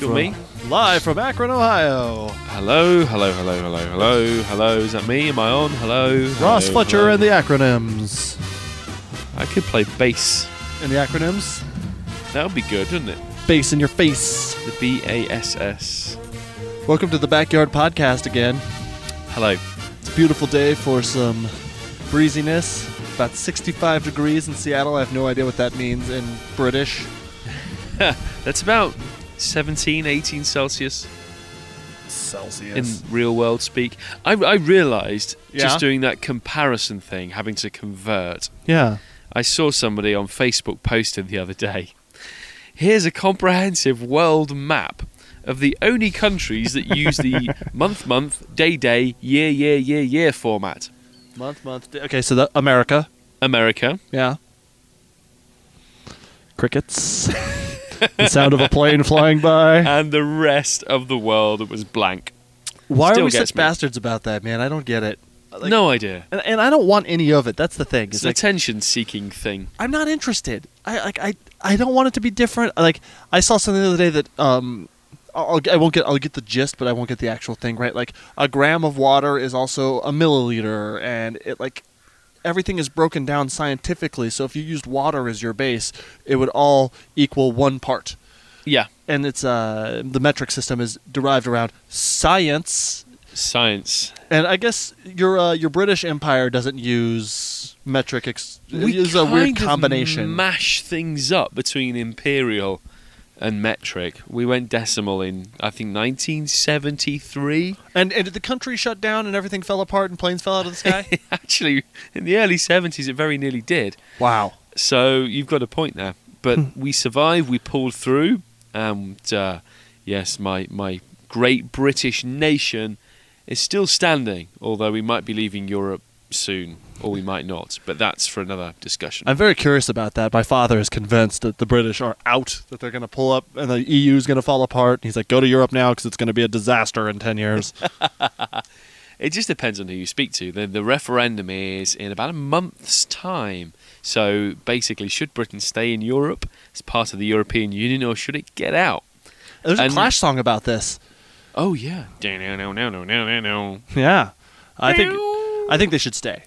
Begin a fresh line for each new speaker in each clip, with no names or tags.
Join me live from Akron, Ohio.
Hello, hello, hello, hello, hello, hello. Is that me? Am I on? Hello.
Ross
hello,
Fletcher
hello.
and the acronyms.
I could play bass.
And the acronyms?
That would be good, wouldn't it?
Bass in your face.
The B A S S.
Welcome to the Backyard Podcast again.
Hello.
It's a beautiful day for some breeziness. About 65 degrees in Seattle. I have no idea what that means in British.
That's about 17, 18 Celsius
Celsius.
in real world speak. I, I realised
Yeah?
just doing that comparison thing, having to convert.
yeah.
I saw somebody on Facebook posting the other day. Here's a comprehensive world map of the only countries that use the month, month, day, day, year, year, year, year format.
Month, month. Day. Okay, so the America.
America,
Yeah. Crickets. the sound of a plane flying by.
and the rest of the world was blank.
Why are
Still
we
gets
such
me.
bastards about that, man? I don't get it. Like-
no idea.
And, and I don't want any of it. That's the thing.
It's
It's
an
like,
attention-seeking thing.
I'm not interested. I like I I don't want it to be different. Like I saw something the other day that um I'll, I won't get I'll get the gist, but I won't get the actual thing right. Like a gram of water is also a milliliter, and it like everything is broken down scientifically. So if you used water as your base, it would all equal one part.
Yeah,
And it's uh the metric system is derived around science,
science.
and I guess your uh, your British Empire doesn't use metric. Ex- it is a weird
kind of
combination.
mash things up between imperial and metric. We went decimal in I think 1973.
And and did the country shut down and everything fell apart and planes fell out of the sky?
Actually, in the early 70s, it very nearly did.
wow.
So you've got a point there. But we survived. We pulled through, and uh, yes, my my great British nation is still standing. Although we might be leaving Europe soon, or we might not. But that's for another discussion.
I'm very curious about that. My father is convinced that the British are out, that they're going to pull up and the EU is going to fall apart. And he's like, go to Europe now because it's going to be a disaster in 10 years.
It just depends on who you speak to. The, the referendum is in about a month's time. So basically, should Britain stay in Europe as part of the European Union, or should it get out?
There's a
And-
Clash song about this.
Oh yeah. No no no no no no no.
Yeah. I think I think they should stay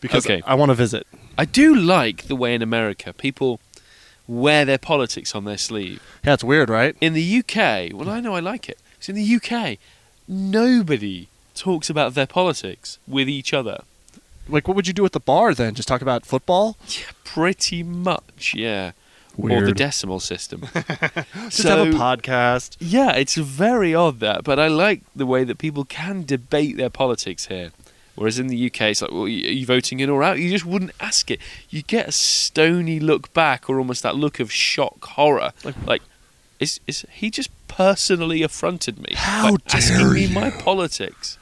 because
Okay.
I want to visit.
I do like the way in America people wear their politics on their sleeve.
Yeah, it's weird, right?
In the UK, well, I know I like it. 'cause in the UK, nobody talks about their politics with each other.
Like, what would you do at the bar then? Just talk about football?
Yeah, pretty much, yeah. Or the
Weird.
decimal system.
Just have a podcast.
Yeah, it's very odd that, but I like the way that people can debate their politics here. Whereas in the UK, it's like, well, are you voting in or out? You just wouldn't ask it. You get a stony look back, or almost that look of shock, horror. Like, is is he just personally affronted me
How
by asking
dare
me my politics?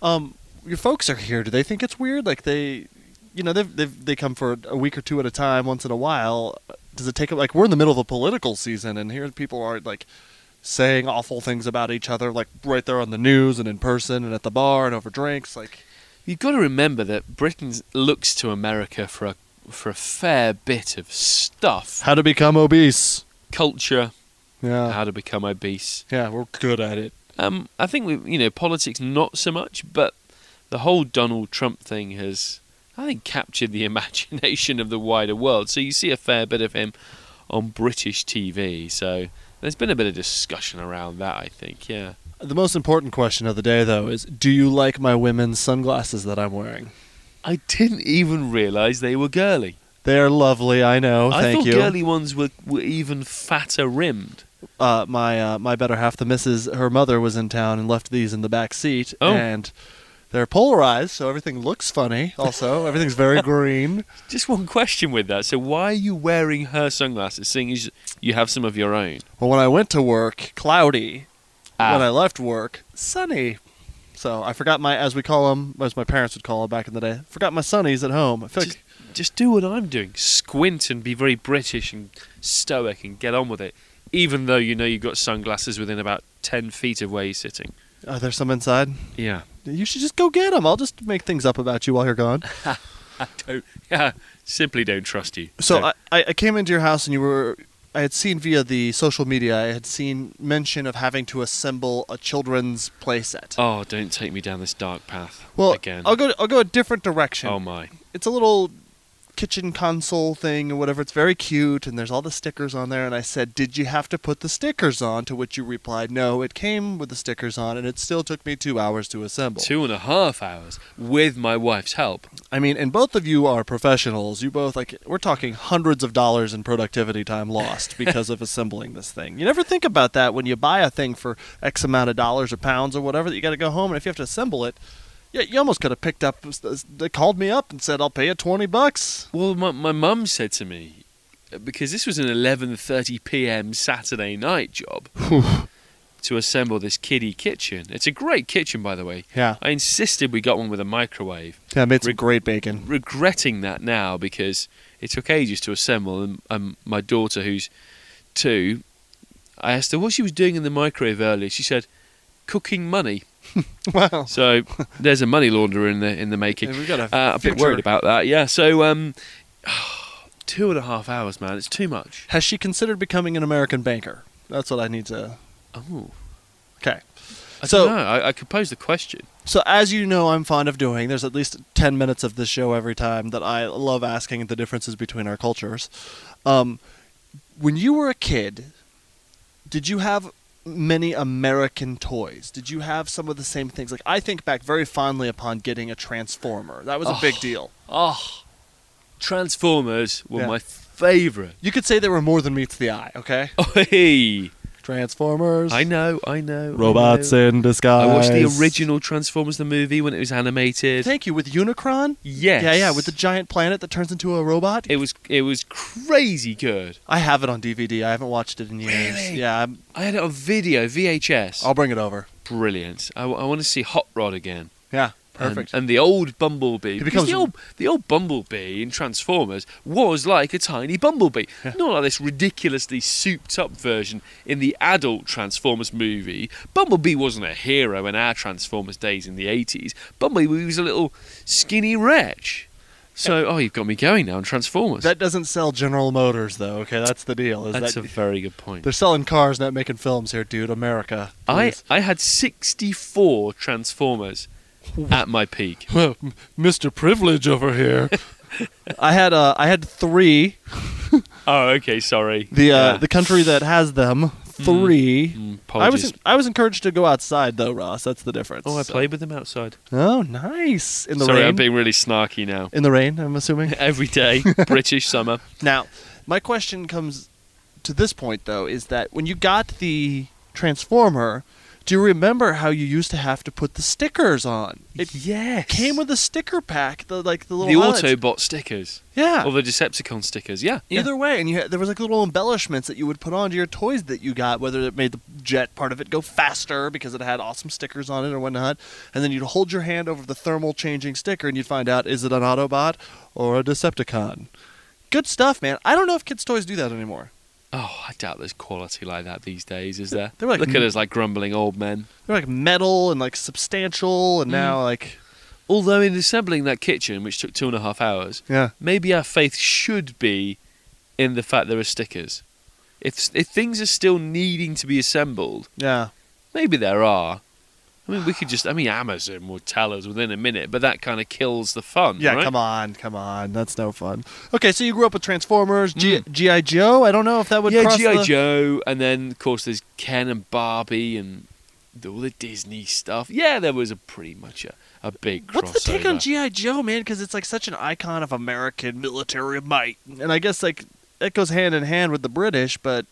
um, your folks are here. Do they think it's weird? Like they, you know, they've, they've, they come for a week or two at a time, once in a while. Does it take up? Like we're in the middle of a political season, and here people are like saying awful things about each other, like right there on the news and in person and at the bar and over drinks. Like,
You've got to remember that Britain looks to America for a for a fair bit of stuff,
how to become obese.
culture,
Yeah.
how to become obese.
Yeah, we're good at it.
Um, I think we, you know, politics not so much, but the whole Donald Trump thing has, I think, captured the imagination of the wider world. So you see a fair bit of him on British TV. So there's been a bit of discussion around that. I think, yeah.
The most important question of the day, though, is do you like my women's sunglasses that I'm wearing?
I didn't even realise they were girly.
They're lovely, I know.
I
thank
thought
you.
girly ones were, were even fatter rimmed.
uh, my uh, my better half, the missus, her mother was in town and left these in the back seat,
Oh.
and they're polarized, so everything looks funny. Also, everything's very green.
Just one question with that. So why are you wearing her sunglasses, seeing as you have some of your own?
Well, when I went to work, cloudy.
Ah.
When I left work, sunny. So I forgot my, as we call them, as my parents would call them back in the day, forgot my sunnies at home. I feel
Just,
like,
just do what I'm doing. Squint and be very British and stoic and get on with it, even though you know you've got sunglasses within about 10 feet of where you're sitting.
are there some inside?
Yeah.
You should just go get them. I'll just make things up about you while you're gone.
I don't, yeah, simply don't trust you.
So
Don't.
I, I I came into your house and you were I had seen via the social media I had seen mention of having to assemble a children's playset.
Oh, don't take me down this dark path
well,
again.
I'll go I'll go a different direction.
oh, my.
It's a little kitchen console thing or whatever. It's very cute and there's all the stickers on there and I said, "Did you have to put the stickers on?" to which you replied, "No, it came with the stickers on and it still took me 2 hours to assemble."
Two and a half hours with my wife's help.
I mean, and both of you are professionals. You both like we're talking hundreds of dollars in productivity time lost because of assembling this thing. You never think about that when you buy a thing for X amount of dollars or pounds or whatever that you got to go home and if you have to assemble it, yeah, you almost could have picked up. They called me up and said I'll pay you twenty bucks.
Well, my my mum said to me because this was an 11:30 p.m. Saturday night job to assemble this kiddie kitchen. It's a great kitchen, by the way.
Yeah,
I insisted we got one with a microwave,
yeah, I made some
Rick-
great bacon.
regretting that now because it took ages to assemble. And, and my daughter, who's two, I asked her what she was doing in the microwave earlier. She said, "Cooking money."
Wow,
So there's a money launderer in the in the making.
Yeah, we've got a
uh, a bit
future.
worried about that. Yeah. So um, two and a half hours, man. It's too much.
has she considered becoming an American banker? That's what I need to.
Oh,
Okay. So-
I so don't know. I, I could pose the question.
So, as you know, I'm fond of doing. There's at least ten minutes of this show every time that I love asking the differences between our cultures. Um, when you were a kid, did you have many American toys? Did you have some of the same things? Like I think back very fondly upon getting a transformer. That was a big deal.
Oh, Transformers were
Yeah.
my favourite.
You could say there were more than meets the eye. Okay,
Oi!
Transformers.
I know, I know. I
Robots
know.
in
I
disguise.
watched the original Transformers the movie when it was animated.
Thank you with Unicron.
yes.
Yeah, yeah, with the giant planet that turns into a robot.
It was it was crazy good.
I have it on DVD. I haven't watched it in years.
Really?
Yeah, I'm,
I had it on video, VHS.
I'll bring it over.
Brilliant. I, want to see Hot Rod again.
Yeah,
And-
perfect.
And, uh, the old
He
Bumblebee. Because
becomes-
the old, the old Bumblebee in Transformers was like a tiny Bumblebee. Not like this ridiculously souped up version in the adult Transformers movie. Bumblebee wasn't a hero in our Transformers days in the 80s. Bumblebee was a little skinny wretch. So, oh, you've got me going now on Transformers.
that doesn't sell General Motors though. Okay, that's the deal. Is
That's
that,
a very good point.
they're selling cars, not making films here, dude. America.
I,
please.
I had 64 Transformers at my peak.
Well, M- Mr. Privilege over here. I had uh, I had three.
Oh, okay, sorry.
The uh,
Yeah.
the country that has them three.
Mm,
I was
apologies.
I was encouraged to go outside though, Ross. That's the difference.
Oh, I
So-
played with them outside.
Oh, nice in the
Sorry,
rain.
I'm being really snarky now.
in the rain, I'm assuming.
Every day, British summer.
Now, my question comes to this point though is that when you got the transformer, do you remember how you used to have to put the stickers on? It
yes.
came with a sticker pack, the like the
the
little highlights.
Autobot Ah. stickers
Yeah.
or the Decepticon stickers. Yeah. yeah.
Either way, and you had, there was like little embellishments that you would put onto your toys that you got, whether it made the jet part of it go faster because it had awesome stickers on it or whatnot, and then you'd hold your hand over the thermal changing sticker and you'd find out is it an Autobot or a Decepticon. Good stuff, man. I don't know if kids' toys do that anymore.
Oh, I doubt there's quality like that these days, is there?
They were like
Look at
m-
us like grumbling old men.
They're like metal and like substantial, and now
Mm-hmm.
like
Although in assembling that kitchen, which took two and a half hours,
yeah,
maybe our faith should be in the fact there are stickers. If if things are still needing to be assembled,
yeah.
maybe there are. I mean, we could just. I mean, Amazon would tell us within a minute, but that kind of kills the fun.
Yeah,
right?
come on, come on. That's no fun. Okay, so you grew up with Transformers, G- G.I. Joe. I don't know if that would
Mm. yeah,
cross
GI
the-
Joe, and then of course there's Ken and Barbie and the- all the Disney stuff. Yeah, there was a pretty much a, a big.
What's the take on
crossover.
G.I. Joe, man? Because it's like such an icon of American military might. And I guess like that goes hand in hand with the British, but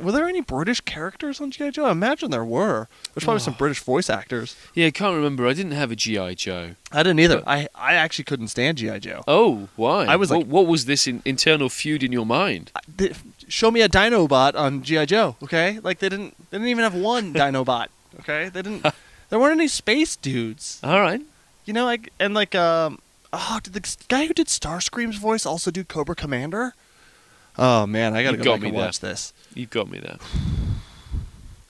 were there any British characters on G.I. Joe? I imagine there were. There's probably some British voice actors.
Yeah, I can't remember. I didn't have a GI Joe.
I didn't either. I, I actually couldn't stand G.I. Joe.
Oh, why?
I was
What,
like-
what was this in, internal feud in your mind?
I- they- show me a Dinobot on GI Joe, okay? Like they didn't they didn't even have one Dinobot, okay? They didn't. There weren't any space dudes,
All right.
you know. Like and like um oh, did the guy who did Starscream's voice also do Cobra Commander? Oh man, I gotta
You
go
got
back
me
and
there.
watch this.
You've got me there.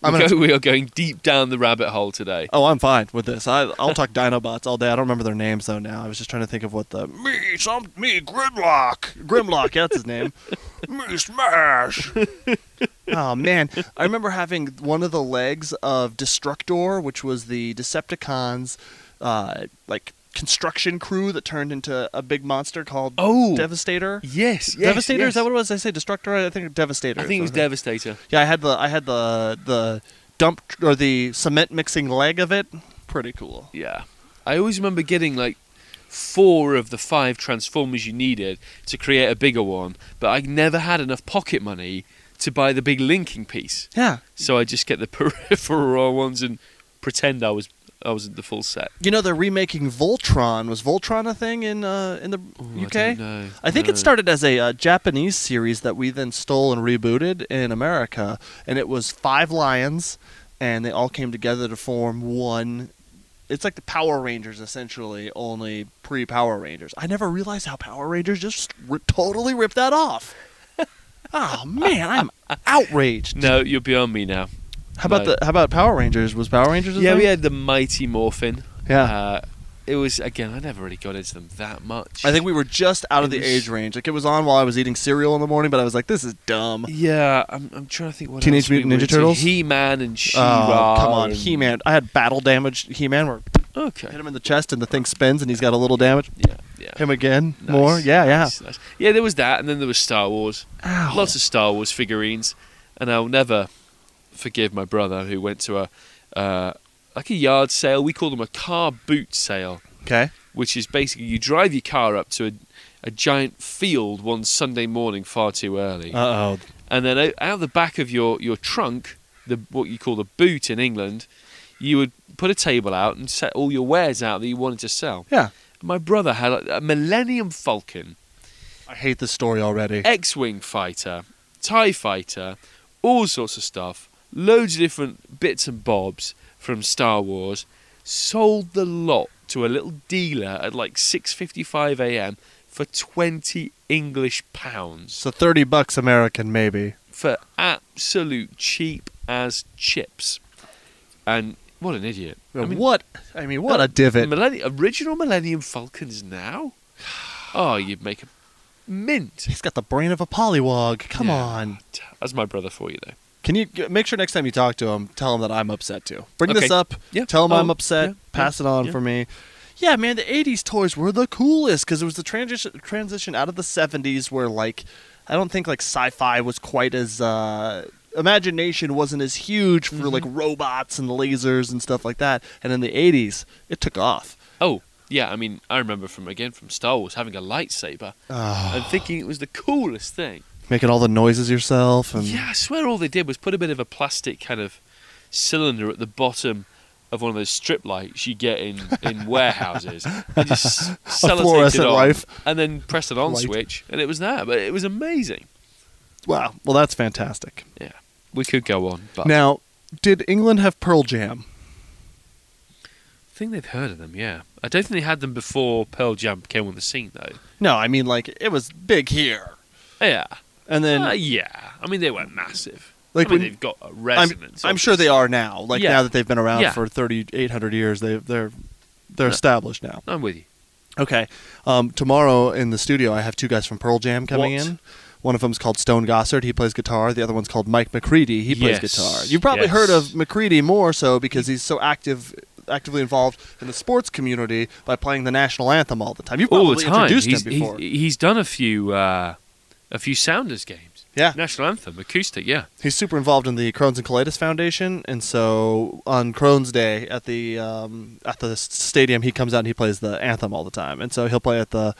I'm
we,
gonna-
go- we are going deep down the rabbit hole today.
Oh, I'm fine with this. I, I'll talk Dinobots all day. I don't remember their names though. Now I was just trying to think of what the me some me Grimlock Grimlock. yeah, That's his name. me smash. oh man, I remember having one of the legs of Destructor, which was the Decepticons, uh, like construction crew that turned into a big monster called
Oh.
Devastator.
Yes,
Devastator is that what it was? I say Destructor. I think Devastator.
I
is
think it
what
was Devastator.
yeah, I had the I had the the dump or the cement mixing leg of it. Pretty cool.
Yeah. I always remember getting like four of the five Transformers you needed to create a bigger one, but I never had enough pocket money to buy the big linking piece.
Yeah.
So I just get the peripheral ones and pretend I was I was the full set.
You know they're remaking Voltron. Was Voltron a thing in uh, in the
I
UK?
don't know.
I think
No.
it started as a uh, Japanese series that we then stole and rebooted in America, and it was five lions, and they all came together to form one. It's like the Power Rangers essentially, only pre Power Rangers. I never realized how Power Rangers just ri totally ripped that off. oh man, I'm outraged.
No, you're beyond me now.
How about
No.
the how about Power Rangers? Was Power Rangers? a
Yeah,
thing?
we had the Mighty Morphin.
Yeah.
Uh, it was again. I never really got into them that much.
I think we were just out of
It
the
was-
age range. Like it was on while I was eating cereal in the morning, but I was like, "This is
Oh,
dumb."
Yeah, I'm, I'm trying to think what
Teenage
else we
Mutant
were
Ninja
into.
Turtles?
He-Man and She-Ra.
Oh, come on,
and-
He-Man. I had battle damage He-Man where hit
Okay.
him in the chest and the thing spins and he's got a little damage.
Yeah, yeah.
Him again,
Nice,
more. Yeah, yeah.
nice, nice. Yeah, there was that, and then there was Star Wars.
Ow.
Lots of Star Wars figurines, and I'll never forgive my brother who went to a uh, like a yard sale. We call them a car boot sale,
Okay.
which is basically you drive your car up to a, a giant field one Sunday morning far too early,
Uh oh.
and then out, out the back of your, your trunk, the what you call the boot in England, you would put a table out and set all your wares out that you wanted to sell.
Yeah.
My brother had a, a Millennium Falcon,
I hate this story already.
X-wing fighter, Tie fighter, all sorts of stuff, loads of different bits and bobs from Star Wars. Sold the lot to a little dealer at like 6:55 a.m. for 20 English pounds.
So thirty bucks American, maybe.
for absolute cheap as chips. And what an idiot! I mean,
what? I mean, what a divot.
Millenni- original Millennium Falcons now? Oh, you'd make a mint.
He's got the brain of a polywog. Come
Yeah.
on.
That's my brother for you, though.
Can you g- make sure next time you talk to him, tell him that I'm upset too. Bring this
Okay.
up.
Yeah.
Tell him I'm
Oh,
upset.
yeah,
pass it on
yeah.
for me. Yeah, man, the '80s toys were the coolest because it was the transition transition out of the '70s where like I don't think like sci-fi was quite as uh, imagination wasn't as huge for like
Mm-hmm.
robots and lasers and stuff like that. And in the '80s, it took off.
Oh, yeah. I mean, I remember from again from Star Wars having a lightsaber
Ah.
and thinking it was the coolest thing.
Making all the noises yourself and
Yeah, I swear all they did was put a bit of a plastic kind of cylinder at the bottom of one of those strip lights you get in, in warehouses. And just sellotaped
fluorescent
it on,
light.
And then pressed it on
Light.
switch, and it was that. But it was amazing.
wow, well that's fantastic.
Yeah, we could go on, but
Now, did England have Pearl Jam?
I think they've heard of them. Yeah, I don't think they had them before Pearl Jam came on the scene, though.
No, I mean like it was big here.
Yeah,
And then
Uh, yeah, I mean they weren't massive.
Like
I mean
when-
they've got a
I'm,
resonance.
I'm sure they are now. Like
Yeah.
now that they've been around
Yeah.
for 3,800 years, they, they're they're
Yeah.
established now.
I'm with you.
Okay. Um, tomorrow in the studio, I have two guys from Pearl Jam coming
What?
in. One of them's called Stone Gossard. He plays guitar. The other one's called Mike McCready. He plays
Yes.
guitar. You've probably
Yes.
heard of McCready more so because he's so active, actively involved in the sports community by playing the national anthem all the time. You've
All
probably
the time.
introduced
He's,
him before.
he- he's done a few uh, a few Sounders games.
yeah.
National anthem, acoustic. Yeah.
He's super involved in the Crohn's and Colitis Foundation, and so on Crohn's Day at the um, at the s- stadium, he comes out and he plays the anthem all the time. And so he'll play at the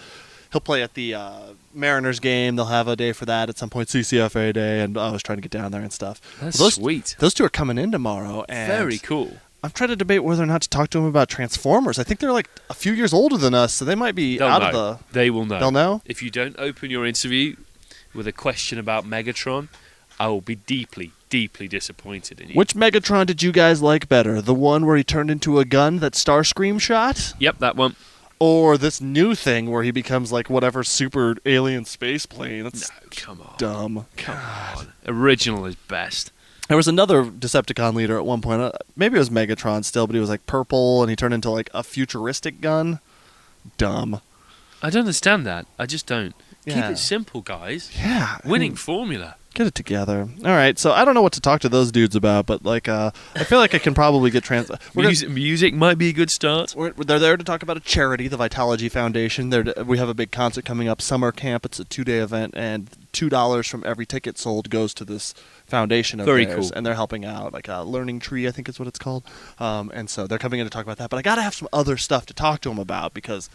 he'll play at the uh, Mariners game. They'll have a day for that at some point, CCFA day, and I was trying to get down there and stuff.
That's
Well, those,
sweet.
Those two are coming in tomorrow, and
Very cool.
I'm trying to debate whether or not to talk to him about Transformers. I think they're like a few years older than us, so they might be
They'll
out
know.
of
they will know.
They'll know?
If you don't open your interview with a question about Megatron, I will be deeply, deeply disappointed in
the.
you.
Which Megatron did you guys like better? The one where he turned into a gun that Starscream shot?
Yep, that one.
or this new thing where he becomes like whatever super alien space plane.
No,
That's
come on.
dumb.
Come on. Original is best.
There was another Decepticon leader at one point. Uh, maybe it was Megatron still, but he was like purple and he turned into like a futuristic gun. Dumb.
I don't understand that. I just don't.
Yeah.
Keep it simple, guys.
Yeah. I
Winning
mean,
formula.
Get it together. All right. So I don't know what to talk to those dudes about, but like, uh, I feel like I can probably get trans. We're gonna-
Music, music might be a good start.
We're, they're there to talk about a charity, the Vitology Foundation. They're we have a big concert coming up, summer camp. It's a two-day event, and two dollars from every ticket sold goes to this foundation. Of
Very
theirs,
cool.
And they're helping out, like a learning tree, I think is what it's called. Um, and so they're coming in to talk about that. But I gotta have some other stuff to talk to them about because,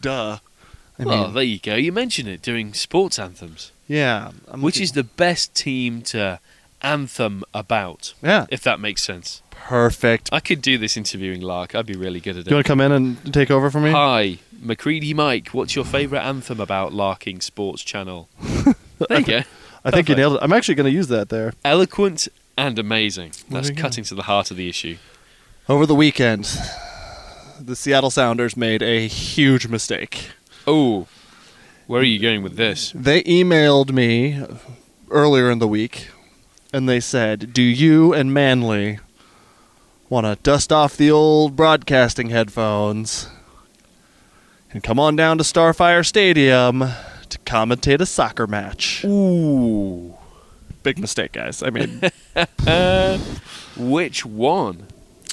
duh. I
well,
mean,
there you go. You mentioned it doing sports anthems,
yeah. I'm
which
looking-
is the best team to anthem about,
yeah
if that makes sense.
perfect.
I could do this interviewing lark. I'd be really good at it.
Do you want to come in and take over for me?
Hi, McCready Mike. What's your favourite anthem about Larking Sports Channel? there you go.
I think you
perfect.
nailed it. I'm actually gonna use that there.
Eloquent and amazing. That's
you go.
cutting to the heart of the issue.
Over the weekend, the Seattle Sounders made a huge mistake.
Oh, where are you going with this?
They emailed me earlier in the week and they said, Do you and Manley want to dust off the old broadcasting headphones and come on down to Starfire Stadium to commentate a soccer match?
Ooh,
Big mistake, guys. I mean,
which one?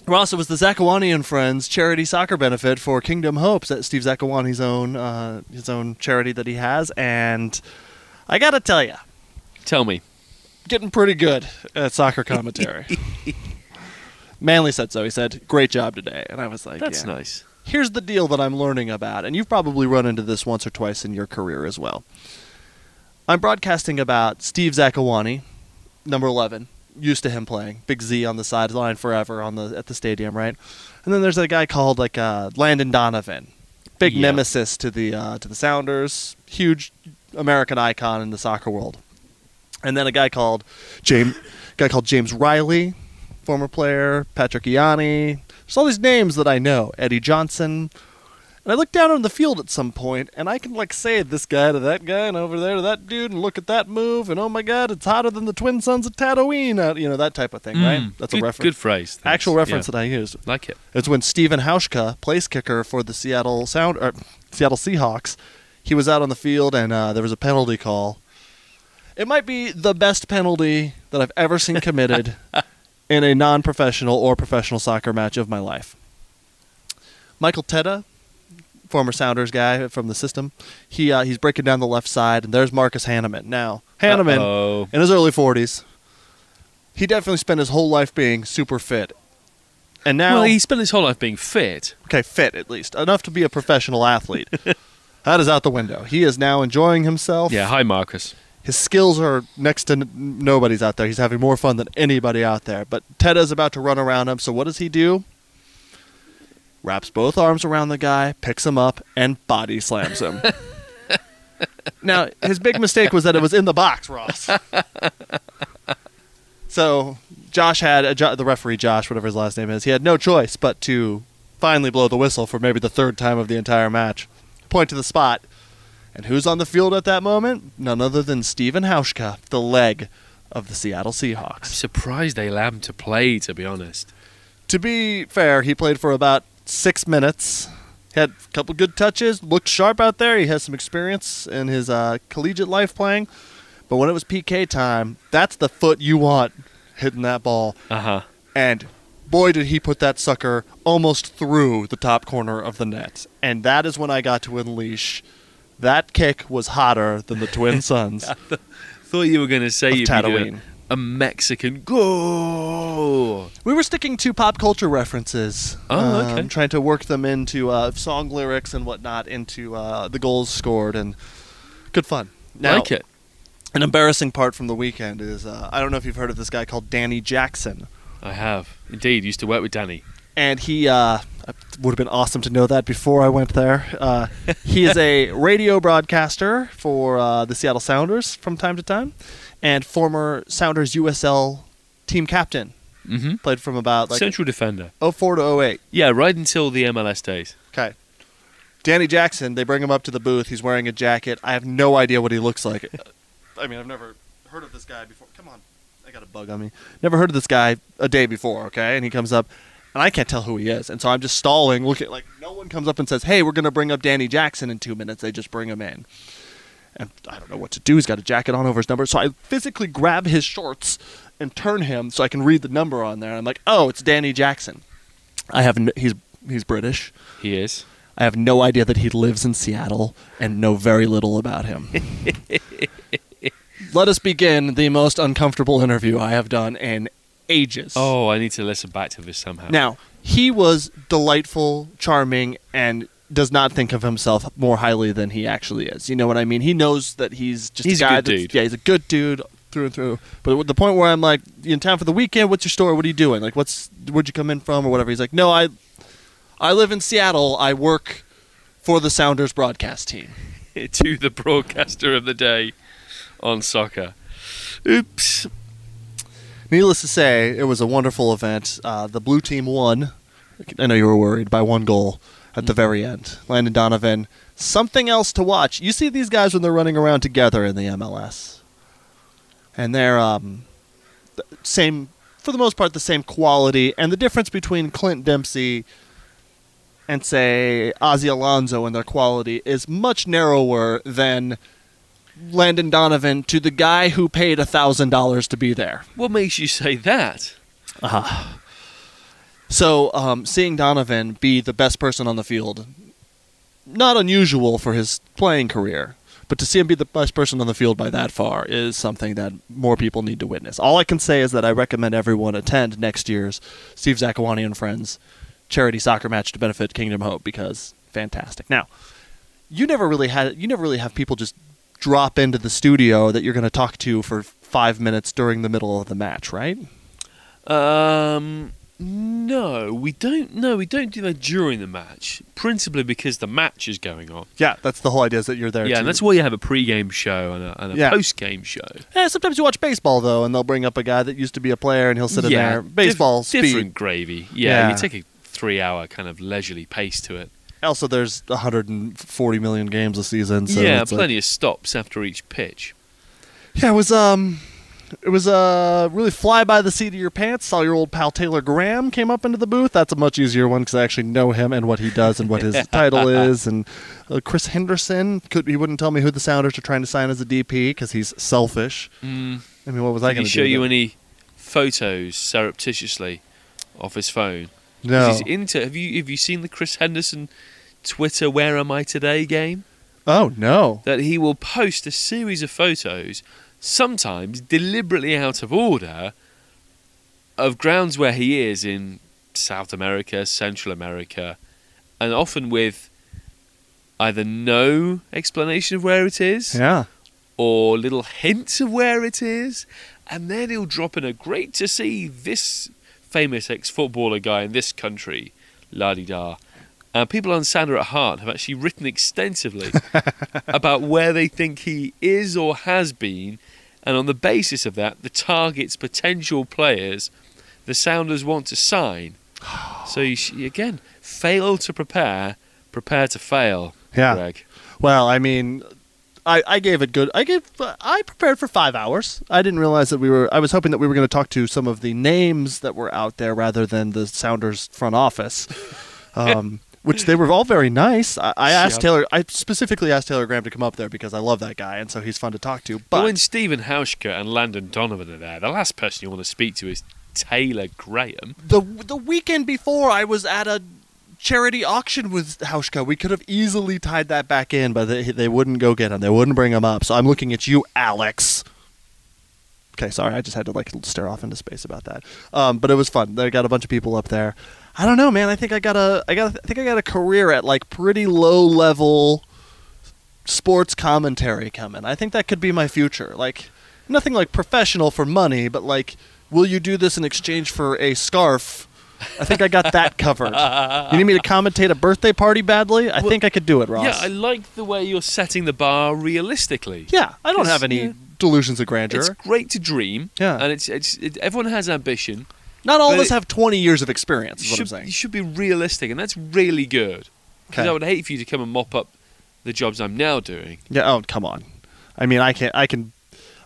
Ross, it was the Zakawani and Friends charity soccer benefit for Kingdom Hopes at Steve Zakawani's own uh, his own charity that he has, and I gotta tell you,
Tell me.
getting pretty good at soccer commentary. Manley said so. He said, "Great job today," and I was like,
That's
yeah.
nice.
Here's the deal that I'm learning about, and you've probably run into this once or twice in your career as well. I'm broadcasting about Steve Zakawani, number 11, used to him playing Big Z on the sideline forever on the at the stadium, right? And then there's a guy called like uh, Landon Donovan, big
Yeah.
nemesis to the uh, to the Sounders, huge American icon in the soccer world. And then a guy called James, guy called James Riley, former player Patrick Iani. There's all these names that I know. Eddie Johnson. And I look down on the field at some point, and I can like say this guy to that guy, and over there to that dude, and look at that move, and oh my God, it's hotter than the twin sons of Tatooine, uh, you know that type of thing, right?
Mm,
That's
good,
a reference,
Good phrase. Thanks.
actual reference
Yeah.
that I used.
Like it.
It's when Steven Hauschka, place kicker for the Seattle Sound or Seattle Seahawks, he was out on the field and uh, there was a penalty call. It might be the best penalty that I've ever seen committed in a non-professional or professional soccer match of my life. Michael Teta, former Sounders guy from the system, he uh, he's breaking down the left side, and there's Marcus Hanneman. Now Hanneman,
Uh-oh.
in his early 40s, he definitely spent his whole life being super fit, and now
Well, he spent his whole life being fit.
okay, fit at least enough to be a professional athlete. that is out the window. He is now enjoying himself.
Yeah. Hi, Marcus.
His skills are next to n- nobody's out there. He's having more fun than anybody out there. But Ted is about to run around him. So what does he do? Wraps both arms around the guy, picks him up, and body slams him. now his big mistake was that it was in the box, Ross. so Josh had uh, jo- the referee, Josh, whatever his last name is. He had no choice but to finally blow the whistle for maybe the third time of the entire match. Point to the spot And who's on the field at that moment? None other than Steven Hauschka, the leg of the Seattle Seahawks.
Surprised they allowed him to play, to be honest.
To be fair, he played for about six minutes. He had a couple good touches, looked sharp out there. He has some experience in his uh, collegiate life playing. But when it was PK time, that's the foot you want hitting that ball.
Uh huh.
And boy, did he put that sucker almost through the top corner of the net. And that is when I got to unleash. That kick was hotter than the Twin Suns.
Thought you were going to say
Of
you'd be doing
Tatooine.
a Mexican goal.
We were sticking to pop culture references.
Oh, okay.
Um, trying to work them into uh, song lyrics and whatnot into uh, the goals scored and good fun. Now,
like it.
An embarrassing part from the weekend is uh, I don't know if you've heard of this guy called Danny Jackson,
I have indeed used to work with Danny.
and he uh, would have been awesome to know that before I went there. Uh, he is a radio broadcaster for uh, the Seattle Sounders from time to time, and former Sounders USL team captain.
Mm-hmm.
Played from about like
Central defender.
04 to 08.
Yeah, right until the MLS days.
Okay. Danny Jackson, they bring him up to the booth. He's wearing a jacket. I have no idea what he looks like. I mean, I've never heard of this guy before. Come on. I got a bug on me. Never heard of this guy a day before, okay? And he comes up, and I can't tell who he is. And so I'm just stalling, looking like no one comes up and says, hey, we're going to bring up Danny Jackson in two minutes. They just bring him in. And I don't know what to do. He's got a jacket on over his number. So I physically grab his shorts and turn him so I can read the number on there. And I'm like, oh, it's Danny Jackson. I have no, he's he's British.
He is.
I have no idea that he lives in Seattle and know very little about him. Let us begin the most uncomfortable interview I have done in ages.
Oh, I need to listen back to this somehow.
Now, he was delightful, charming, and does not think of himself more highly than he actually is. You know what I mean? He knows that he's just
He's a
a guy
good
that's-
dude.
Yeah, he's a good dude through and through. But at the point where I'm like, you in town for the weekend? What's your story? What are you doing? Like, what's where'd you come in from or whatever? He's like, no, I, I live in Seattle. I work for the Sounders broadcast team.
to the broadcaster of the day on soccer. Oops.
Needless to say, it was a wonderful event. Uh, the blue team won. I know you were worried by one goal at the very end. Landon Donovan. Something else to watch. You see these guys when they're running around together in the MLS, and they're um, th- same for the most part, the same quality. And the difference between Clint Dempsey and say Ozzy Alonso and their quality is much narrower than Landon Donovan to the guy who paid thousand dollars to be there.
What makes you say that?
So, um, seeing Donovan be the best person on the field, not unusual for his playing career, but to see him be the best person on the field by that far is something that more people need to witness. All I can say is that I recommend everyone attend next year's Steve Zakawani and Friends charity soccer match to benefit Kingdom Hope because fantastic. Now, you never really had you never really have people just drop into the studio that you're going to talk to for five minutes during the middle of the match, right?
Um, no, we don't. No, we don't do that during the match, principally because the match is going on.
Yeah, that's the whole idea is that you're there.
yeah,
to-
and that's why you have a pre-game show and a, and a
Yeah.
post-game show.
Eh, sometimes you watch baseball though, and they'll bring up a guy that used to be a player, and he'll sit in there.
dif-
Baseball
different
speed.
gravy.
Yeah.
Yeah, you take a three-hour kind of leisurely pace to it.
Also, there's 140 million games a season. So
yeah,
it's like-
plenty of stops after each pitch.
yeah, it was um, it was uh really fly by the seat of your pants. Saw your old pal Taylor Graham came up into the booth. That's a much easier one because I actually know him and what he does and what his title is. And uh, Chris Henderson could he wouldn't tell me who the Sounders are trying to sign as a DP because he's selfish. I mean, what was I
Mm. Did
going
he
to
show you
do?
any photos surreptitiously off his phone?
no.
He's into. Have you have you seen the Chris Henderson Twitter "Where Am I Today" game?
oh no.
That he will post a series of photos, sometimes deliberately out of order, of grounds where he is in South America, Central America, and often with either no explanation of where it is
Yeah.
or little hints of where it is, and then he'll drop in a great to see this famous ex footballer guy in this country, la di da. And people on Sander at Heart have actually written extensively about where they think he is or has been, and on the basis of that, the targets potential players the Sounders want to sign. So you sh- again, fail to prepare, prepare to fail.
Yeah.
Greg.
Well, I mean, I, I gave it good. I gave. I prepared for five hours. I didn't realize that we were. I was hoping that we were going to talk to some of the names that were out there rather than the Sounders front office, um, which they were all very nice. I, I asked
Yeah.
Taylor. I specifically asked Taylor Graham to come up there because I love that guy and so he's fun to talk to.
But
But
when Stephen Hauschka and Landon Donovan are there, the last person you want to speak to is Taylor Graham.
the the weekend before, I was at a charity auction with Hauschka. We could have easily tied that back in, but they, they wouldn't go get him. They wouldn't bring him up. So I'm looking at you, Alex. Okay, sorry, I just had to like stare off into space about that. Um, but it was fun. They got a bunch of people up there. I don't know, man. I think I got a I got a, I think I got a career at like pretty low level sports commentary coming. I think that could be my future. Like nothing like professional for money, but like will you do this in exchange for a scarf? I think I got that covered. You need me to commentate a birthday party badly? I think I could do it, Ross.
Yeah, I like the way you're setting the bar realistically.
Yeah, I don't
It's-
have any
yeah.
delusions of grandeur.
It's great to dream,
Yeah.
and it's, it's it, everyone has ambition.
Not all of
but
us
it-
have 20 years of experience,
You
is what I'm
should,
saying.
you should be realistic, and that's really good. Because
Okay.
I would hate for you to come and mop up the jobs I'm now doing.
Yeah. Oh, come on. I mean, I can't. I can.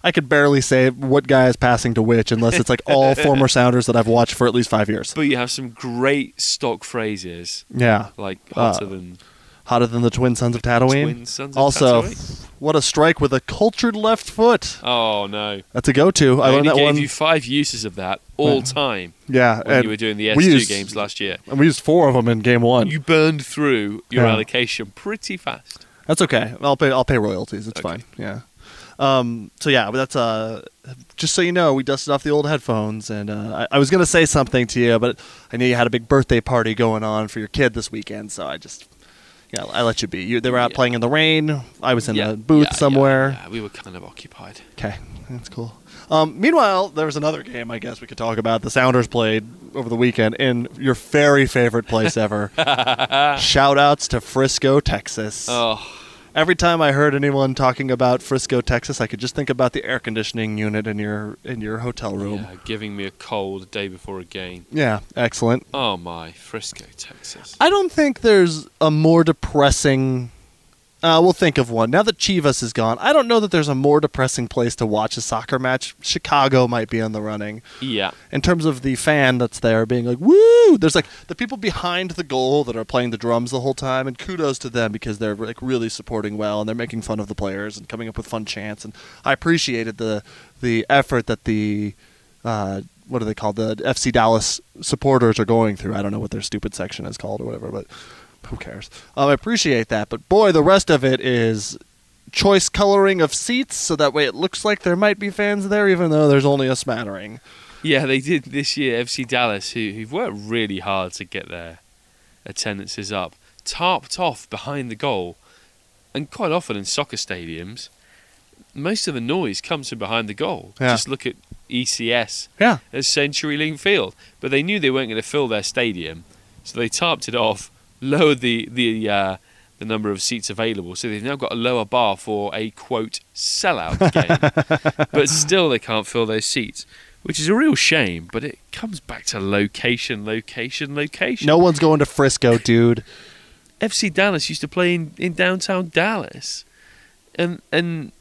I could barely say what guy is passing to which, unless it's like all former Sounders that I've watched for at least five years.
But you have some great stock phrases
Yeah.
like hotter
Uh,
than
Hotter than the twin sons of Tatooine.
Twin sons of
also,
Tatooine?
what a strike with a cultured left foot.
oh no.
That's a go-to. I,
I,
learned
only
that
gave
one.
you five uses of that all time
yeah.
when
and
you were doing the
we
S2
used-
games last year.
And we used four of them in game one.
You burned through your
Yeah.
allocation pretty fast.
That's okay. I'll pay. I'll pay royalties. It's
Okay.
fine. Yeah. Um, so yeah, but that's uh, just so you know, we dusted off the old headphones, and uh, I, I was gonna say something to you, but I knew you had a big birthday party going on for your kid this weekend, so I just, yeah, I let you be. You, they were out
Yeah.
playing in the rain. I was in a booth
yeah,
somewhere.
yeah, we were kind of occupied.
Okay, that's cool. Um, meanwhile, there was another game I guess we could talk about. The Sounders played over the weekend in your very favorite place ever. Shout outs to Frisco, Texas.
Oh,
Every time I heard anyone talking about Frisco, Texas, I could just think about the air conditioning unit in your in your hotel room.
yeah, giving me a cold the day before a game.
Yeah, excellent.
Oh my, Frisco, Texas.
I don't think there's a more depressing. Uh, we'll think of one now that Chivas is gone. I don't know that there's a more depressing place to watch a soccer match. Chicago might be in the running.
yeah,
in terms of the fan that's there being like, woo! There's like the people behind the goal that are playing the drums the whole time, and kudos to them because they're like really supporting well and they're making fun of the players and coming up with fun chants. And I appreciated the the effort that the uh, what are they called? The FC Dallas supporters are going through. I don't know what their stupid section is called or whatever, but who cares? Um, I appreciate that, but boy, the rest of it is choice coloring of seats so that way it looks like there might be fans there even though there's only a smattering
yeah. They did this year. FC Dallas, who who've worked really hard to get their attendances up, tarped off behind the goal, and quite often in soccer stadiums, most of the noise comes from behind the goal.
Yeah.
Just look at ECS
yeah
at CenturyLink Field, but they knew they weren't going to fill their stadium, so they tarped it off, lowered the the uh, the number of seats available, so they've now got a lower bar for a quote sellout game, but still they can't fill those seats, which is a real shame. But it comes back to location, location, location.
No one's going to Frisco, dude.
FC Dallas used to play in, in downtown Dallas, and and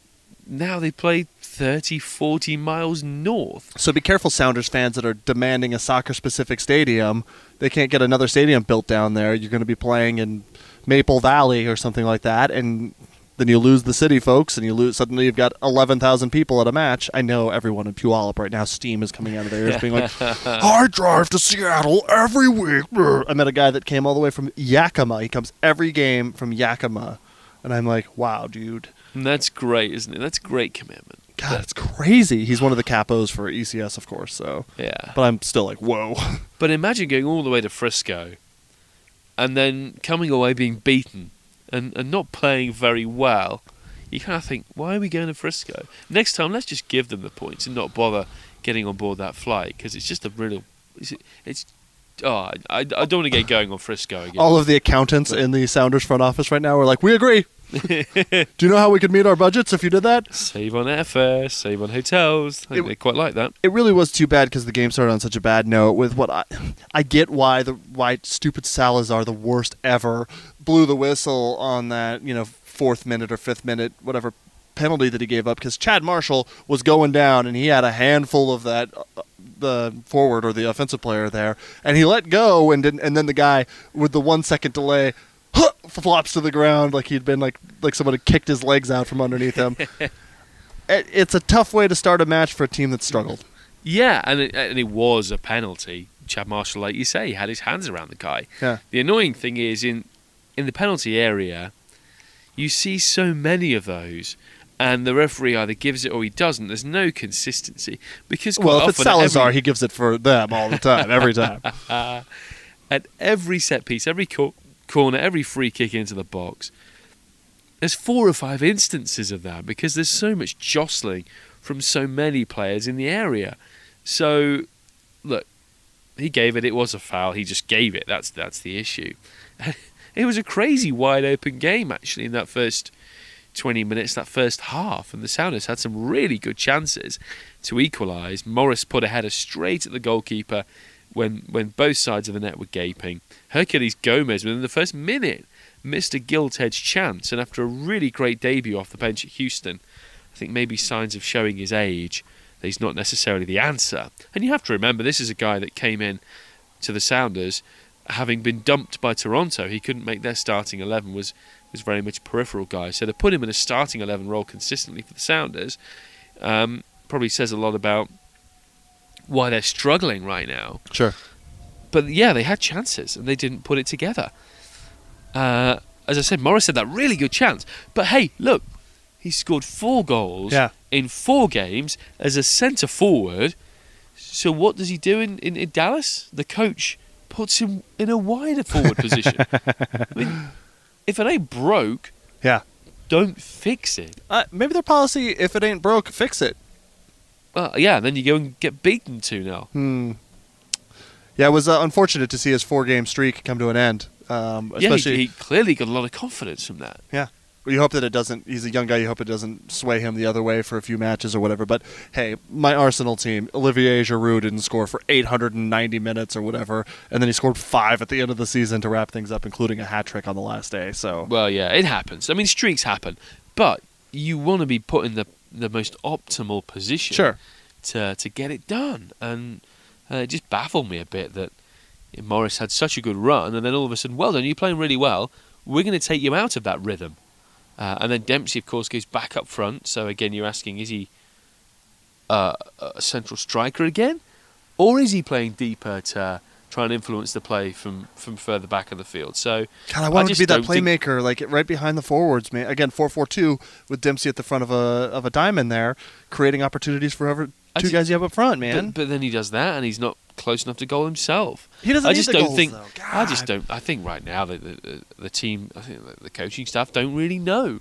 now they play 30, 40 miles north.
So be careful, Sounders fans that are demanding a soccer specific stadium. They can't get another stadium built down there. You're going to be playing in Maple Valley or something like that, and then you lose the city, folks, and you lose. Suddenly, you've got 11,000 people at a match. I know everyone in Puyallup right now. Steam is coming out of their ears, being like, "I drive to Seattle every week." I met a guy that came all the way from Yakima. He comes every game from Yakima, and I'm like, "Wow, dude."
And that's great, isn't it? That's great commitment.
God, it's crazy. He's one of the capos for ECS, of course. So,
Yeah.
but I'm still like, whoa.
But imagine going all the way to Frisco and then coming away being beaten and, and not playing very well. You kind of think, why are we going to Frisco? Next time, let's just give them the points and not bother getting on board that flight because it's just a real. It's. it's oh, I, I don't want to get going on Frisco again.
All of the accountants in the Sounders front office right now are like, we agree. Do you know how we could meet our budgets if you did that?
Save on airfare, save on hotels. I think
It-
they quite like that.
it really was too bad because the game started on such a bad note. With what I, I get why the why stupid Salazar, the worst ever, blew the whistle on that you know fourth minute or fifth minute whatever penalty that he gave up because Chad Marshall was going down and he had a handful of that uh, the forward or the offensive player there, and he let go and didn't, and then the guy with the one second delay. flops to the ground like he'd been like like someone had kicked his legs out from underneath him. It- it's a tough way to start a match for a team that struggled.
Yeah, and it, and it was a penalty. Chad Marshall, like you say, had his hands around the guy.
Yeah.
The annoying thing is in in the penalty area, you see so many of those, and the referee either gives it or he doesn't. There's no consistency because quite
Well, if it's
often
Salazar,
every-
he gives it for them all the time, every time.
at every set piece, every cor- corner, every free kick into the box. There's four or five instances of that because there's so much jostling from so many players in the area. So, look, he gave it. It was a foul. He just gave it. That's that's the issue. it was a crazy wide open game actually in that first 20 minutes, that first half, and the Sounders had some really good chances to equalise. Morris put a header straight at the goalkeeper when when both sides of the net were gaping. Hercules Gomez, within the first minute, missed a gilt-edged chance, and after a really great debut off the bench at Houston, I think maybe signs of showing his age that he's not necessarily the answer. And you have to remember, this is a guy that came in to the Sounders having been dumped by Toronto. He couldn't make their starting eleven. was was very much a peripheral guy. So to put him in a starting eleven role consistently for the Sounders um, probably says a lot about why they're struggling right now
Sure.
but yeah, they had chances and they didn't put it together. Uh, as I said, Morris had that really good chance. But hey, look, he scored four goals
Yeah.
in four games as a centre forward. So what does he do in, in, in Dallas? The coach puts him in a wider forward position. I mean, if it ain't broke,
Yeah.
don't fix it.
Uh, maybe their policy, if it ain't broke, fix it.
Well, yeah, and then you go and get beaten 2 0.
Hmm. Yeah, it was uh, unfortunate to see his four-game streak come to an end. Um,
Yeah, he,
especially,
he clearly got a lot of confidence from that.
yeah. You hope that it doesn't. He's a young guy. You hope it doesn't sway him the other way for a few matches or whatever. But hey, my Arsenal team, Olivier Giroud didn't score for 890 minutes or whatever, and then he scored five at the end of the season to wrap things up, including a hat trick on the last day. So
Well, yeah, it happens. I mean, streaks happen, but you want to be put in the the most optimal position
Sure.
to to get it done. And uh, it just baffled me a bit that Morris had such a good run, and then all of a sudden, well done, you're playing really well. We're going to take you out of that rhythm. Uh, and then Dempsey, of course, goes back up front. So again, you're asking, is he uh, a central striker again, or is he playing deeper to try and influence the play from from further back of the field? So
God, I want him
just
to be that
don't think-
playmaker, like right behind the forwards, man. Again, four four two with Dempsey at the front of a of a diamond there, creating opportunities for whoever
I
two
just-
guys you have up front, man.
But, but then he does that, and he's not close enough to goal himself.
He doesn't
I
need
just
the
don't
goals,
think.
though.
I just
God.
don't. I think right now the the, the team, I think the- the coaching staff don't really know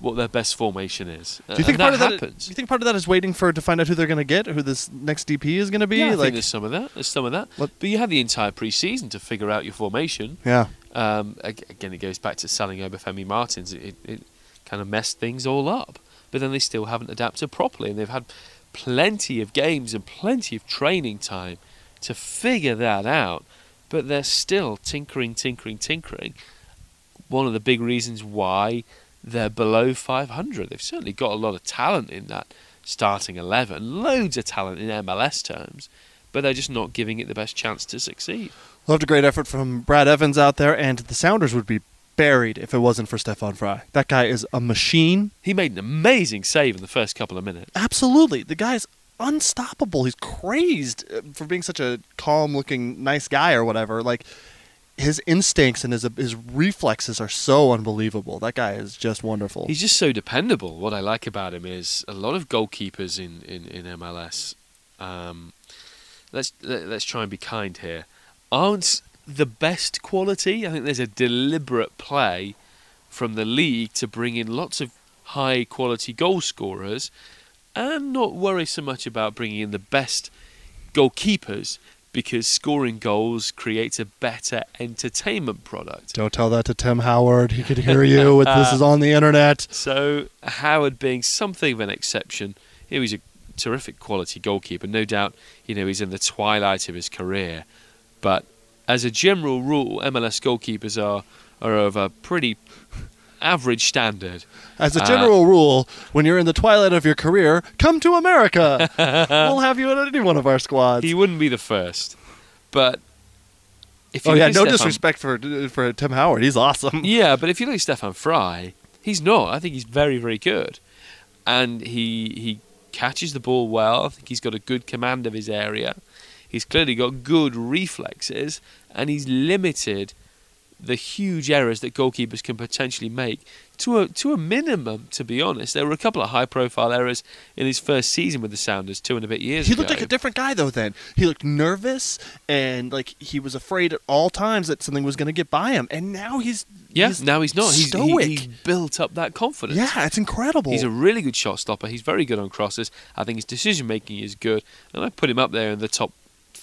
what their best formation is.
do you think
and
part of that?
uh, happens?
Do you think part of that is waiting for to find out who they're going to get, who this next DP is going to be?
yeah, I think
like,
there's some of that. There's some of that.
What-
But you have the entire preseason to figure out your formation.
yeah,
Um, ag- again, it goes back to selling Obafemi Martins. It, it, it kind of messed things all up. But then they still haven't adapted properly, and they've had plenty of games and plenty of training time to figure that out. But they're still tinkering, tinkering, tinkering. One of the big reasons why they're below 500. They've certainly got a lot of talent in that starting 11, loads of talent in MLS terms, but they're just not giving it the best chance to succeed.
loved a great effort from Brad Evans out there, and the Sounders would be buried if it wasn't for Stefan Fry. That guy is a machine.
He made an amazing save in the first couple of minutes.
Absolutely, the guy's unstoppable. He's crazed uh, for being such a calm-looking, nice guy or whatever. Like his instincts and his his reflexes are so unbelievable. That guy is just wonderful.
He's just so dependable. What I like about him is a lot of goalkeepers in, in, in MLS. Um, let's let, let's try and be kind here. Aren't the best quality? I think there's a deliberate play from the league to bring in lots of high quality goal scorers and not worry so much about bringing in the best goalkeepers because scoring goals creates a better entertainment product.
Don't tell that to Tim Howard. He could hear you. With, this is on the internet.
So Howard being something of an exception, he was a terrific quality goalkeeper. No doubt, you know, he's in the twilight of his career. But as a general rule, MLS goalkeepers are are of a pretty average standard.
As a
Uh,
general rule, when you're in the twilight of your career, come to America. we'll have you in any one of our squads.
He wouldn't be the first, but if you
oh
look
yeah,
at
no
Stefan-
disrespect for uh, for Tim Howard. He's awesome.
Yeah, but if you look at Stefan Fry, he's not. I think he's very, very good, and he he catches the ball well. I think he's got a good command of his area. He's clearly got good reflexes, and he's limited the huge errors that goalkeepers can potentially make to a to a minimum. To be honest, there were a couple of high-profile errors in his first season with the Sounders, two and a bit years
He
ago.
looked like a different guy though. Then he looked nervous and like he was afraid at all times that something was going to get by him. And now he's
yeah,
he's
now he's not. He's, he-
stoic.
he's built up that confidence.
yeah, it's incredible.
He's a really good shot stopper. He's very good on crosses. I think his decision making is good, and I put him up there in the top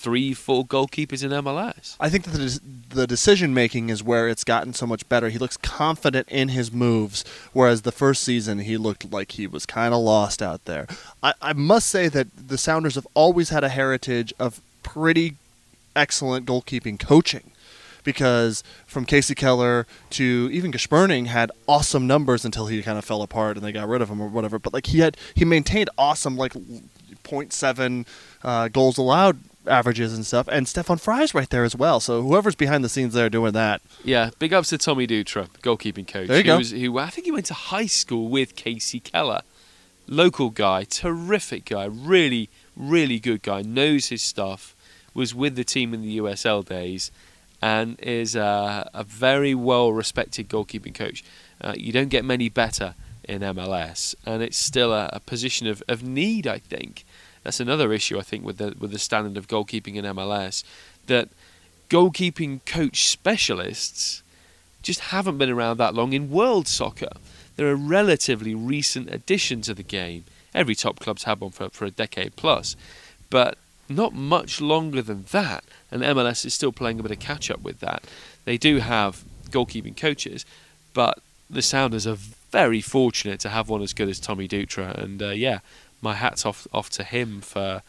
three, four goalkeepers in MLS.
I think that the, the decision making is where it's gotten so much better. He looks confident in his moves, whereas the first season he looked like he was kind of lost out there. I, I must say that the Sounders have always had a heritage of pretty excellent goalkeeping coaching. Because from Casey Keller to even Gesperning had awesome numbers until he kind of fell apart and they got rid of him or whatever. But like he had, he maintained awesome like 0.7 uh, goals allowed averages and stuff. And Stefan Fry's right there as well. So whoever's behind the scenes there doing that.
Yeah, big ups to Tommy Dutra, goalkeeping coach.
There you
who
go.
Was, who I think he went to high school with Casey Keller, local guy, terrific guy, really, really good guy, knows his stuff, was with the team in the USL days, and is uh, a very well respected goalkeeping coach. Uh, you don't get many better in MLS, and it's still a, a position of, of need, I think. That's another issue, I think, with the, with the standard of goalkeeping in MLS, that goalkeeping coach specialists just haven't been around that long in world soccer. They're a relatively recent addition to the game. Every top club's had one for, for a decade plus, but not much longer than that. And MLS is still playing a bit of catch up with that. They do have goalkeeping coaches, but the Sounders are very fortunate to have one as good as Tommy Dutra. And uh, yeah, my hat's off off to him for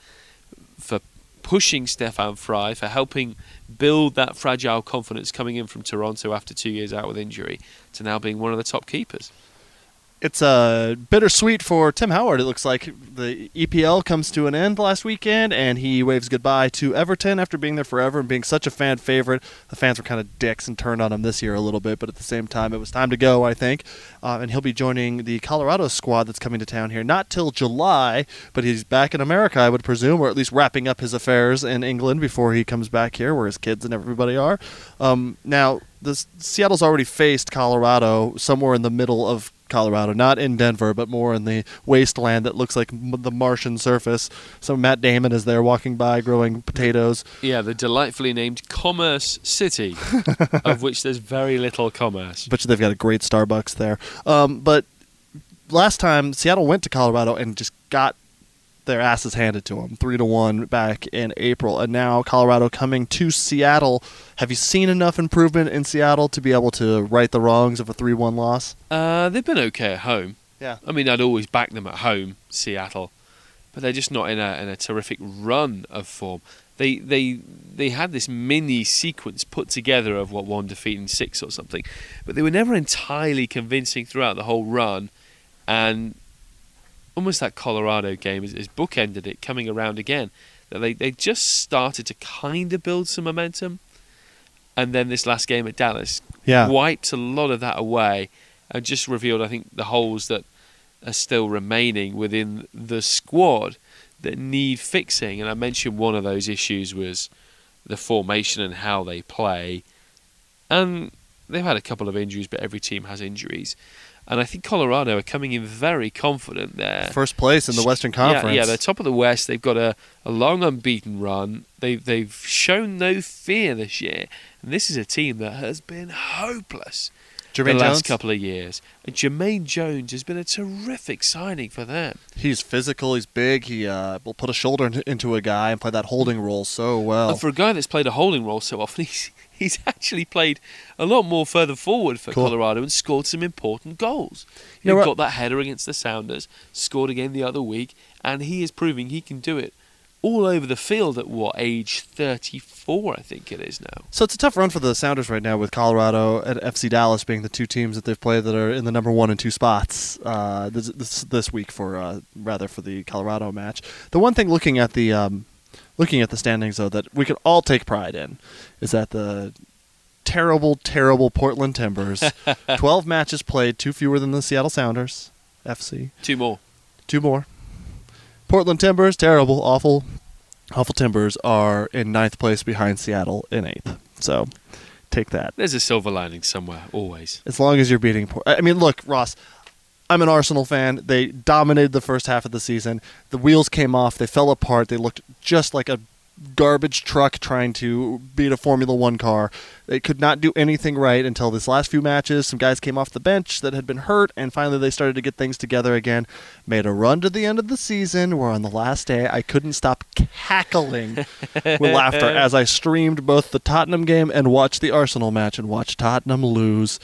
for pushing Stefan Fry for helping build that fragile confidence coming in from Toronto after two years out with injury to now being one of the top keepers.
It's uh, bittersweet for Tim Howard. It looks like the EPL comes to an end last weekend, and he waves goodbye to Everton after being there forever and being such a fan favorite. The fans were kind of dicks and turned on him this year a little bit, but at the same time, it was time to go, I think. Uh, and he'll be joining the Colorado squad that's coming to town here, not till July, but he's back in America, I would presume, or at least wrapping up his affairs in England before he comes back here, where his kids and everybody are. Um, now, this, Seattle's already faced Colorado somewhere in the middle of Colorado, not in Denver, but more in the wasteland that looks like m- the Martian surface. So Matt Damon is there walking by, growing potatoes.
Yeah, the delightfully named Commerce City, of which there's very little commerce.
Bet you they've got a great Starbucks there. Um, but last time Seattle went to Colorado and just got their asses handed to them, three to one back in April, and now Colorado coming to Seattle. Have you seen enough improvement in Seattle to be able to right the wrongs of a three-one loss?
Uh, they've been okay at home.
Yeah.
I mean, I'd always back them at home, Seattle, but they're just not in a in a terrific run of form. They they they had this mini sequence put together of what one defeat in six or something, but they were never entirely convincing throughout the whole run, and almost that Colorado game has, has bookended it coming around again. That they they just started to kind of build some momentum, and then this last game at Dallas
Yeah.
wiped a lot of that away and just revealed, I think, the holes that are still remaining within the squad that need fixing. And I mentioned one of those issues was the formation and how they play. And they've had a couple of injuries, but every team has injuries. And I think Colorado are coming in very confident there.
First place in the Western
Yeah,
Conference.
Yeah, they're top of the West. They've got a, a long unbeaten run. They've they've shown no fear this year, and this is a team that has been hopeless
Jermaine
the
Jones?
last couple of years. And Jermaine Jones has been a terrific signing for them.
He's physical. He's big. He uh, will put a shoulder in- into a guy and play that holding role so well.
And for a guy that's played a holding role so often, he's he's actually played a lot more further forward for
Cool.
Colorado and scored some important goals.
You know
He
what-
got that header against the Sounders, scored again the other week, and he is proving he can do it all over the field at what age 34, I think it is now.
So it's a tough run for the Sounders right now with Colorado and FC Dallas being the two teams that they've played that are in the number one and two spots uh, this, this this week for uh, rather for the Colorado match. The one thing looking at the um, looking at the standings though that we could all take pride in is that the terrible terrible Portland Timbers, twelve matches played, two fewer than the Seattle Sounders FC,
Two more.
two more. Portland Timbers, terrible, awful, awful Timbers are in ninth place behind Seattle in eighth. So take that.
There's a silver lining somewhere, always.
As long as you're beating Port. I mean, look, Ross, I'm an Arsenal fan. They dominated the first half of the season. The wheels came off. They fell apart. They looked just like a garbage truck trying to beat a Formula One car. They could not do anything right until this last few matches. Some guys came off the bench that had been hurt, and finally they started to get things together again. Made a run to the end of the season where on the last day I couldn't stop cackling with laughter as I streamed both the Tottenham game and watched the Arsenal match and watched Tottenham lose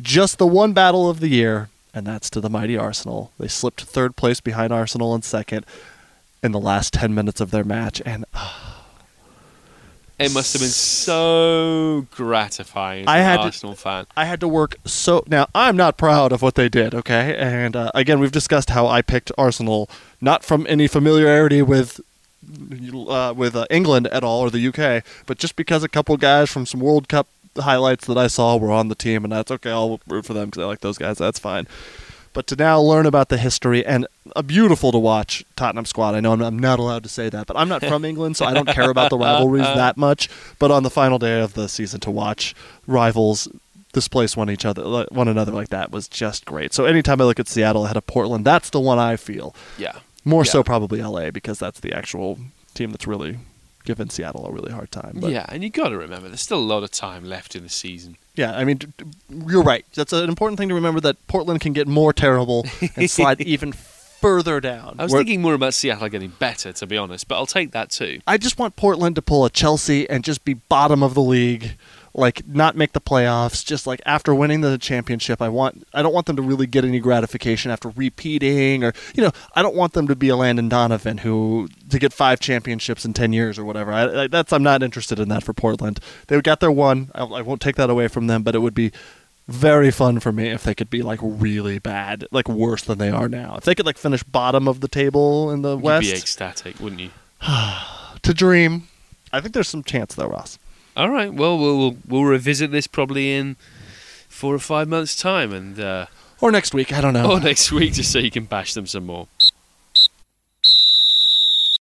just the one battle of the year, and that's to the mighty Arsenal. They slipped to third place behind Arsenal in second in the last 10 minutes of their match. And ah,
It must have been so gratifying.
I
I
had
had
to-
Arsenal fan.
I had to work so. Now, I'm not proud of what they did, okay? And uh, again, we've discussed how I picked Arsenal not from any familiarity with. Uh, with uh, England at all or the UK, but just because a couple guys from some World Cup highlights that I saw were on the team, and that's okay. I'll root for them because I like those guys. That's fine. but to now learn about the history and a beautiful to watch Tottenham squad. I know I'm, I'm not allowed to say that, but I'm not from England, so I don't care about the rivalries that much. But on the final day of the season, to watch rivals displace one each other, one another like that was just great. So anytime I look at Seattle ahead of Portland, that's the one I feel
Yeah.
more so
Yeah.
probably LA because that's the actual team that's really given Seattle a really hard time. But
yeah, and you got to remember, there's still a lot of time left in the season.
Yeah, I mean, d- d- you're right. That's an important thing to remember that Portland can get more terrible and slide even further down.
I was
Where-
thinking more about Seattle getting better, to be honest, but I'll take that too.
I just want Portland to pull a Chelsea and just be bottom of the league, like not make the playoffs. Just like after winning the championship, I want I don't want them to really get any gratification after repeating, or you know, I don't want them to be a Landon Donovan who to get five championships in ten years or whatever. I, I, that's I'm not interested in that for Portland. They got their one. I, I won't take that away from them, but it would be. Very fun for me if they could be like really bad, like worse than they are now. If they could like finish bottom of the table in the West,
You'd be ecstatic, wouldn't you?
to dream. I think there's some chance though, Ross.
All right. Well, we'll we'll, we'll revisit this probably in four or five months' time, and uh,
Or next week, I don't know.
Oh, or next week, just so you can bash them some more.